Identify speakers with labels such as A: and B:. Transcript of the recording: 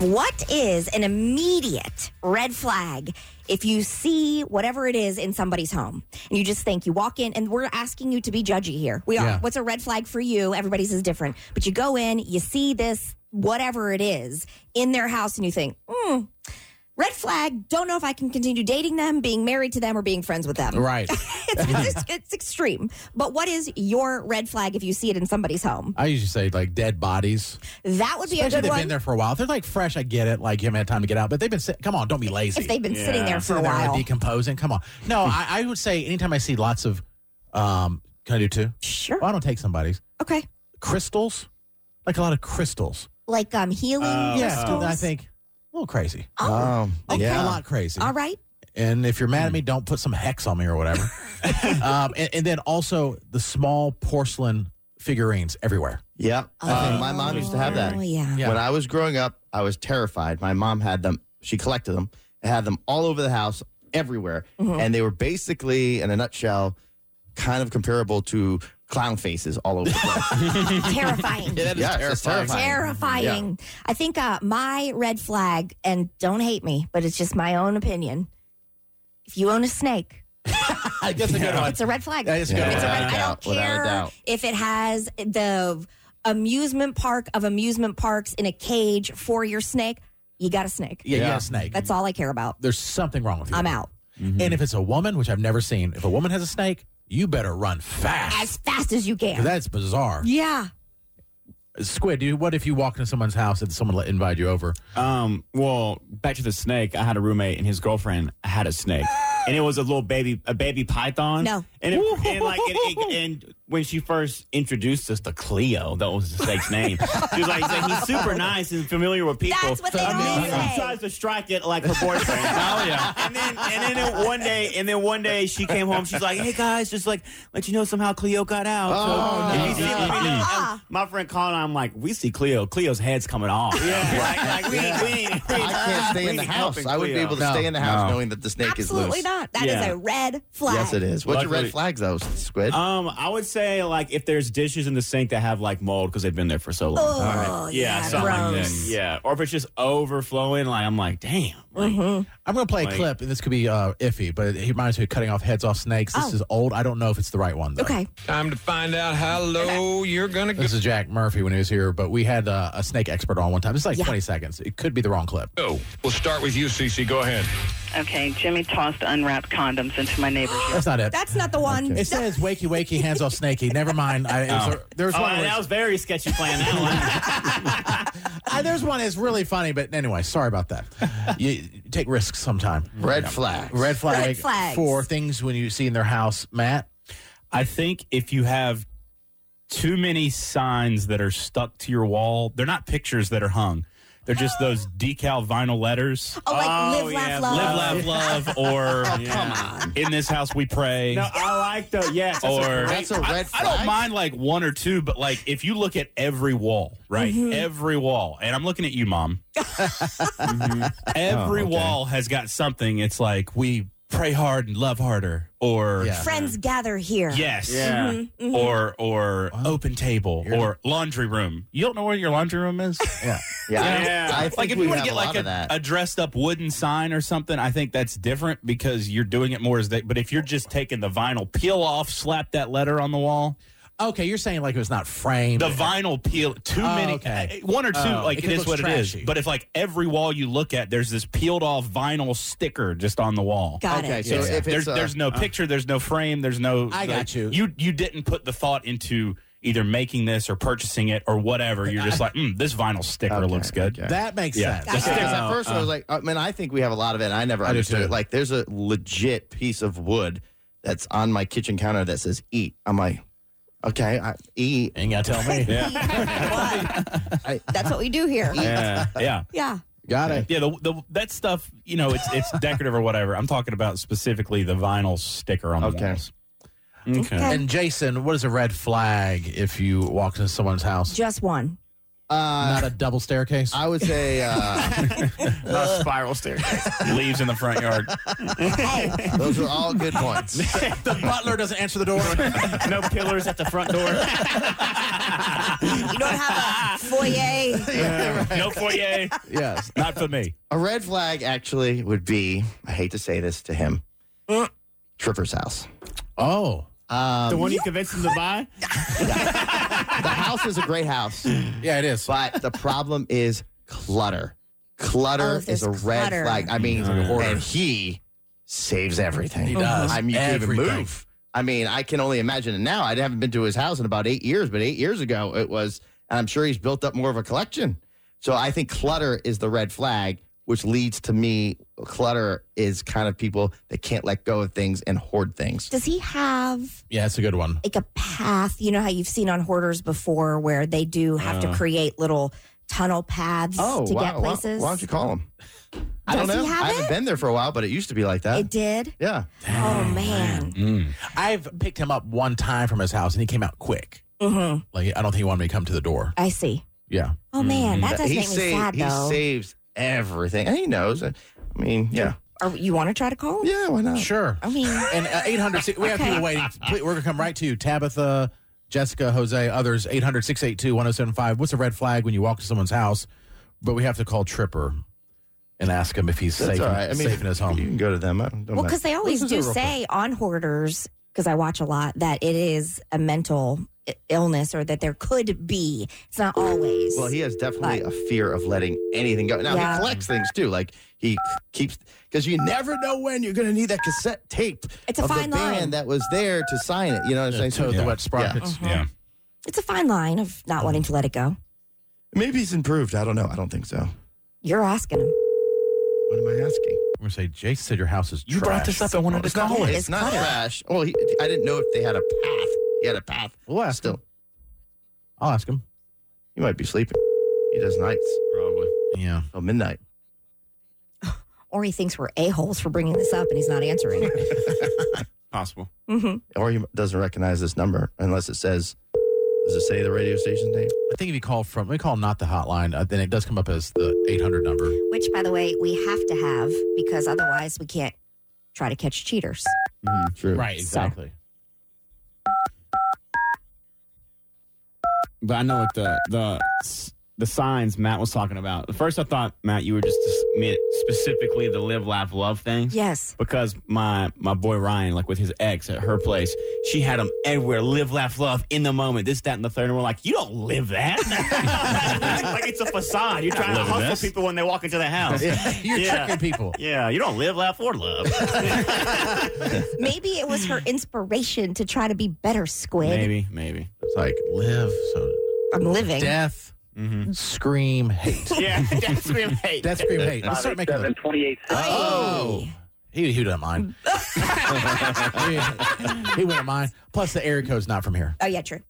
A: What is an immediate red flag if you see whatever it is in somebody's home and you just think you walk in and we're asking you to be judgy here? We are.
B: Yeah.
A: What's a red flag for you? Everybody's is different. But you go in, you see this, whatever it is, in their house and you think, hmm, red flag, don't know if I can continue dating them, being married to them, or being friends with them.
B: Right.
A: It's, it's, it's extreme. But what is your red flag if you see it in somebody's home?
B: I usually say like dead bodies.
A: That would be
B: Especially
A: a
B: if
A: good
B: they've
A: one.
B: been there for a while. If They're like fresh. I get it. Like you haven't had time to get out, but they've been. Sit- come on, don't be lazy.
A: if they've been sitting there for
B: Sitting
A: a
B: there, like,
A: while.
B: decomposing. Come on. No, I, I would say anytime I see lots of. Um, can I do two?
A: Sure.
B: Well, I don't take somebody's
A: Okay.
B: crystals, like a lot of crystals.
A: Like um healing crystals.
B: Oh. I think Oh. a little crazy.
A: Oh,
C: Um,
B: Like,
C: yeah.
B: a lot crazy.
A: all right.
B: And if you're mad at me, don't put some hex on me or whatever. um, and, and then also the small porcelain figurines everywhere.
C: Yep. Uh, my mom used to have that.
A: Oh yeah.
B: Yeah.
C: When I was growing up, I was terrified. My mom had them. She collected them and had them all over the house, everywhere.
A: Mhm.
C: And they were basically, in a nutshell, kind of comparable to clown faces all over the place.
A: Terrifying.
C: that is
D: it's
C: terrifying.
A: Terrifying. I think uh, my red flag, and don't hate me, but it's just my own opinion. If you own a snake,
B: That's a good one.
A: it's a red flag.
B: That is a good
C: Yeah.
B: one.
A: It's a red,
C: Without a
A: I don't
C: doubt, without a
A: care
C: doubt.
A: if it has the amusement park of amusement parks in a cage for your snake. You got a snake.
B: Yeah, you
C: Yeah.
B: got a snake.
A: That's all I care about.
B: There's something wrong with you.
A: I'm out.
B: And if it's a woman, which I've never seen, if a woman has a snake, you better run fast.
A: As fast as you can.
B: That's bizarre.
A: yeah.
B: Squid, dude, what if you walk into someone's house and someone let- invited you over?
D: Um, well, back to the snake. I had a roommate and his girlfriend had a snake. And it was a little baby, a baby python.
A: No.
D: and, it, and like, it, it- and when she first introduced us to Cleo, that was the snake's name. She was like, she's like, he's super nice and familiar with people.
A: That's what they
D: I mean,
A: all
D: she
A: say.
D: tries to strike it like her boyfriend. oh yeah. And then, and then it- one day, and then one day she came home. She's like, hey guys, just like let you know somehow Cleo got out.
C: Oh,
D: so,
C: no.
D: and you see-
C: No.
D: you know,
A: Ah.
D: and my friend Colin, I'm like, we see Cleo. Cleo's head's coming off. Yeah. like, like, we, we, we,
C: I can't stay
D: we
C: in the
D: ain't
C: house.
D: helping
C: I wouldn't be
D: Cleo.
C: able to
B: No.
C: stay in the house
D: No.
C: knowing that the snake is
A: Absolutely
C: loose.
A: not. That is
D: Yeah.
A: a red flag.
C: Yes, it is. What's your
D: Luckily-
C: red flags, though, Squid?
D: Um, I would say like if there's dishes in the sink that have like mold because they've been there for so long.
A: Oh, yeah,
D: something like that.
A: gross.
D: Yeah, or if it's just overflowing, like I'm like, damn. Like,
A: Mm-hmm.
D: oh,
B: I'm going to play a
D: Like-
B: clip, and this could be uh, iffy, but he reminds me of cutting off heads off snakes. This
A: Oh.
B: is old. I don't know if it's the right one, though.
A: Okay.
E: Time to find out how low you're gonna
B: This is Jack Murphy when he was here, but we had uh, a snake expert on one time. It's like
A: Yeah.
B: 20 seconds. It could be the wrong clip.
E: go. We'll start with you, Cece. Go ahead.
F: Okay, Jimmy tossed unwrapped condoms into my neighbor's yard.
B: That's not it.
A: That's not the one.
B: it says wakey wakey, hands off snaky. Never mind. I, it was a- there was
D: oh,
B: one. where
D: that
B: it's-
D: was very sketchy plan. That one.
B: I- uh, there's one that's really funny, but anyway, sorry about that. you you take risks sometime.
C: red flags.
B: Red flag
A: Red flags.
B: for things when you see in their house, Matt.
G: I think if you have too many signs that are stuck to your wall, they're not pictures that are hung. They're just those decal vinyl letters.
A: Oh, like
D: Oh,
A: live,
D: yeah.
A: laugh, love.
G: Live, laugh, love, or in this house we pray.
D: no, I like the yes. that's a
G: or
D: great-
C: That's a
G: I-
C: red
G: I,
C: flag.
G: don't mind like one or two, but like if you look at every wall, right? Every wall, and I'm looking at you, mom. Every wall has got something. It's like we pray hard and love harder, or
B: Yeah.
A: Friends gather here.
G: Yes.
D: Yeah.
G: Or or open table or laundry room. You don't know where your laundry room is?
B: Yeah.
C: Yeah. I-
D: Yeah.
C: I, think
G: like if
C: we
G: you want
C: have
G: to get
C: a
G: like
C: lot of
G: a,
C: that.
G: a dressed up wooden sign or something, I think that's different because you're doing it more as they but if you're just taking the vinyl peel off, slap that letter on the wall.
B: Okay, you're saying like it was not framed.
G: The vinyl peel too
B: Oh,
G: many
B: okay.
G: uh, one or two,
B: Oh.
G: like
B: It
G: it is
B: looks
G: what it
B: trashy.
G: is. But if like every wall you look at, there's this peeled off vinyl sticker just on the wall.
A: Got
C: okay,
A: it.
C: so
B: Yeah.
C: if it's
G: there's,
C: a, uh,
G: there's no picture, there's no frame, there's no.
B: I got you.
G: You you didn't put the thought into either making this or purchasing it or whatever. You're just like, mm, this vinyl sticker
C: Okay,
G: looks good.
C: okay.
B: That makes
G: Yeah.
B: sense.
A: Gotcha.
C: Because at first I was like, I mean, I think we have a lot of it. And I never
B: uh, do
C: understood
B: too.
C: it. Like, there's a legit piece of wood that's on my kitchen counter that says "eat." I'm like, okay, I, eat.
B: Ain't gotta tell me.
C: I,
A: That's what we do here.
G: Yeah, Uh, yeah,
A: Yeah.
B: Got it.
G: yeah. The, the that stuff, you know, it's it's decorative or whatever. I'm talking about specifically the vinyl sticker on the
C: Okay.
G: walls.
A: Okay.
B: And Jason, what is a red flag if you walk into someone's house?
A: Just one.
B: Not a double staircase.
C: Uh, I would say uh,
D: Not a spiral staircase.
G: Leaves in the front yard.
C: those are all good points.
B: the butler doesn't answer the door.
D: no pillars at the front door.
A: You don't have a foyer.
G: No foyer.
C: yes.
G: Not for me.
C: A red flag actually would be I hate to say this to him
B: Uh.
C: Tripper's house. Um,
B: Oh,
D: the one you convinced him to buy?
C: The house is a great house,
B: yeah, it is.
C: but the problem is clutter. Clutter
A: Oh,
C: is a
A: there's
C: red
A: clutter.
C: flag. I mean, and he saves everything. He
B: does.
C: I mean, you can't even
B: Everything.
C: move. I mean, I can only imagine it now. I haven't been to his house in about eight years, but eight years ago it was, and I'm sure he's built up more of a collection. So I think clutter is the red flag, which leads to me, clutter is kind of people that can't let go of things and hoard things.
A: Does he have
B: Yeah, it's a good one.
A: like a path? You know how you've seen on hoarders before where they do have
D: Uh.
A: to create little tunnel paths to
C: Oh, wow.
A: get
C: Why-
A: places?
C: Why, don't you call him? I
A: Does
C: don't know.
A: he have
C: I haven't
A: it?
C: been there for a while, but it used to be like that.
A: It did.
C: yeah.
A: Oh man.
B: I've picked him up one time from his house, and he came out quick.
A: Mhm.
B: Like I don't think he wanted me to come to the door.
A: I see.
B: Yeah,
A: Oh man, that does
C: he
A: make me
C: sa-
A: sad
C: he
A: though.
C: saves everything. And he knows. I mean, yeah.
A: Or you want to try to call? him?
C: Yeah, why not?
B: sure.
A: I mean,
B: And uh, 800, si- we have
A: Okay.
B: people waiting. Please, We're going to come right to you. Tabitha, Jessica, Jose, others, 800 682 1075. What's a red flag when you walk to someone's house? But we have to call Tripper and ask him if he's
C: That's
B: safe,
C: all right. I mean,
B: safe in his home.
C: You can go to them. I don't, don't
A: well,
C: mind.
A: because they always
B: Listen to
A: do
B: it real
A: say on hoarders, because I watch a lot, that it is a mental i- illness or that there could be. It's not always.
C: Well, he has definitely a fear of letting anything go. Now
A: Yeah.
C: he collects things too. Like he keeps because you never know when you're going to need that cassette tape.
A: It's a
C: of
A: fine
C: the band
A: line.
C: that was there to sign it. You know what I'm
B: The
C: saying?
B: toad,
C: So
B: the
G: Yeah.
B: wet sprockets.
G: Yeah.
A: it's a fine line of not wanting to let it go.
C: maybe he's improved. I don't know. I don't think so.
A: You're asking him.
C: What am I asking?
B: We're going to say, Jason said your house is
G: You brought this up. I wanted to call
C: not,
G: it.
C: it's not trash. Well, he, I didn't know if they had a path. He had a path.
B: We'll ask
C: Still,
B: him. I'll ask him.
C: he might be sleeping. He does nights
D: Probably.
B: Yeah.
C: till midnight.
A: Or he thinks we're a-holes for bringing this up and he's not answering.
D: Possible.
A: hmm
C: Or he doesn't recognize this number unless it says, does it say the radio station name?
B: I think if you call from, we call not the hotline, uh, then it does come up as the 800 number.
A: Which, by the way, we have to have because otherwise we can't try to catch cheaters.
D: Mm-hmm,
C: True.
B: Right,
A: exactly.
D: But I know what the the the signs Matt was talking about. At first, I thought Matt, you were just dis- meant specifically the live, laugh, love things.
A: Yes.
D: Because my my boy Ryan, like with his ex at her place, she had him everywhere, live, laugh, love in the moment. This, that, and the third, and we're like, you don't live that. like it's a facade. You're trying to
G: Living
D: hustle
G: this.
D: people when they walk into the house.
B: You're
D: Yeah.
B: tricking people.
D: Yeah, you don't live, laugh, or love.
A: Maybe it was her inspiration to try to be better, Squid.
D: maybe, maybe.
B: It's like live, so
A: I'm living.
B: death, scream, hate.
D: Yeah, that's what I hate.
B: Death, scream, hate. Let's start making them.
F: 28
B: Oh, he, he doesn't mind. he, he wouldn't mind. Plus, the area code's not from here.
A: Oh, yeah, true.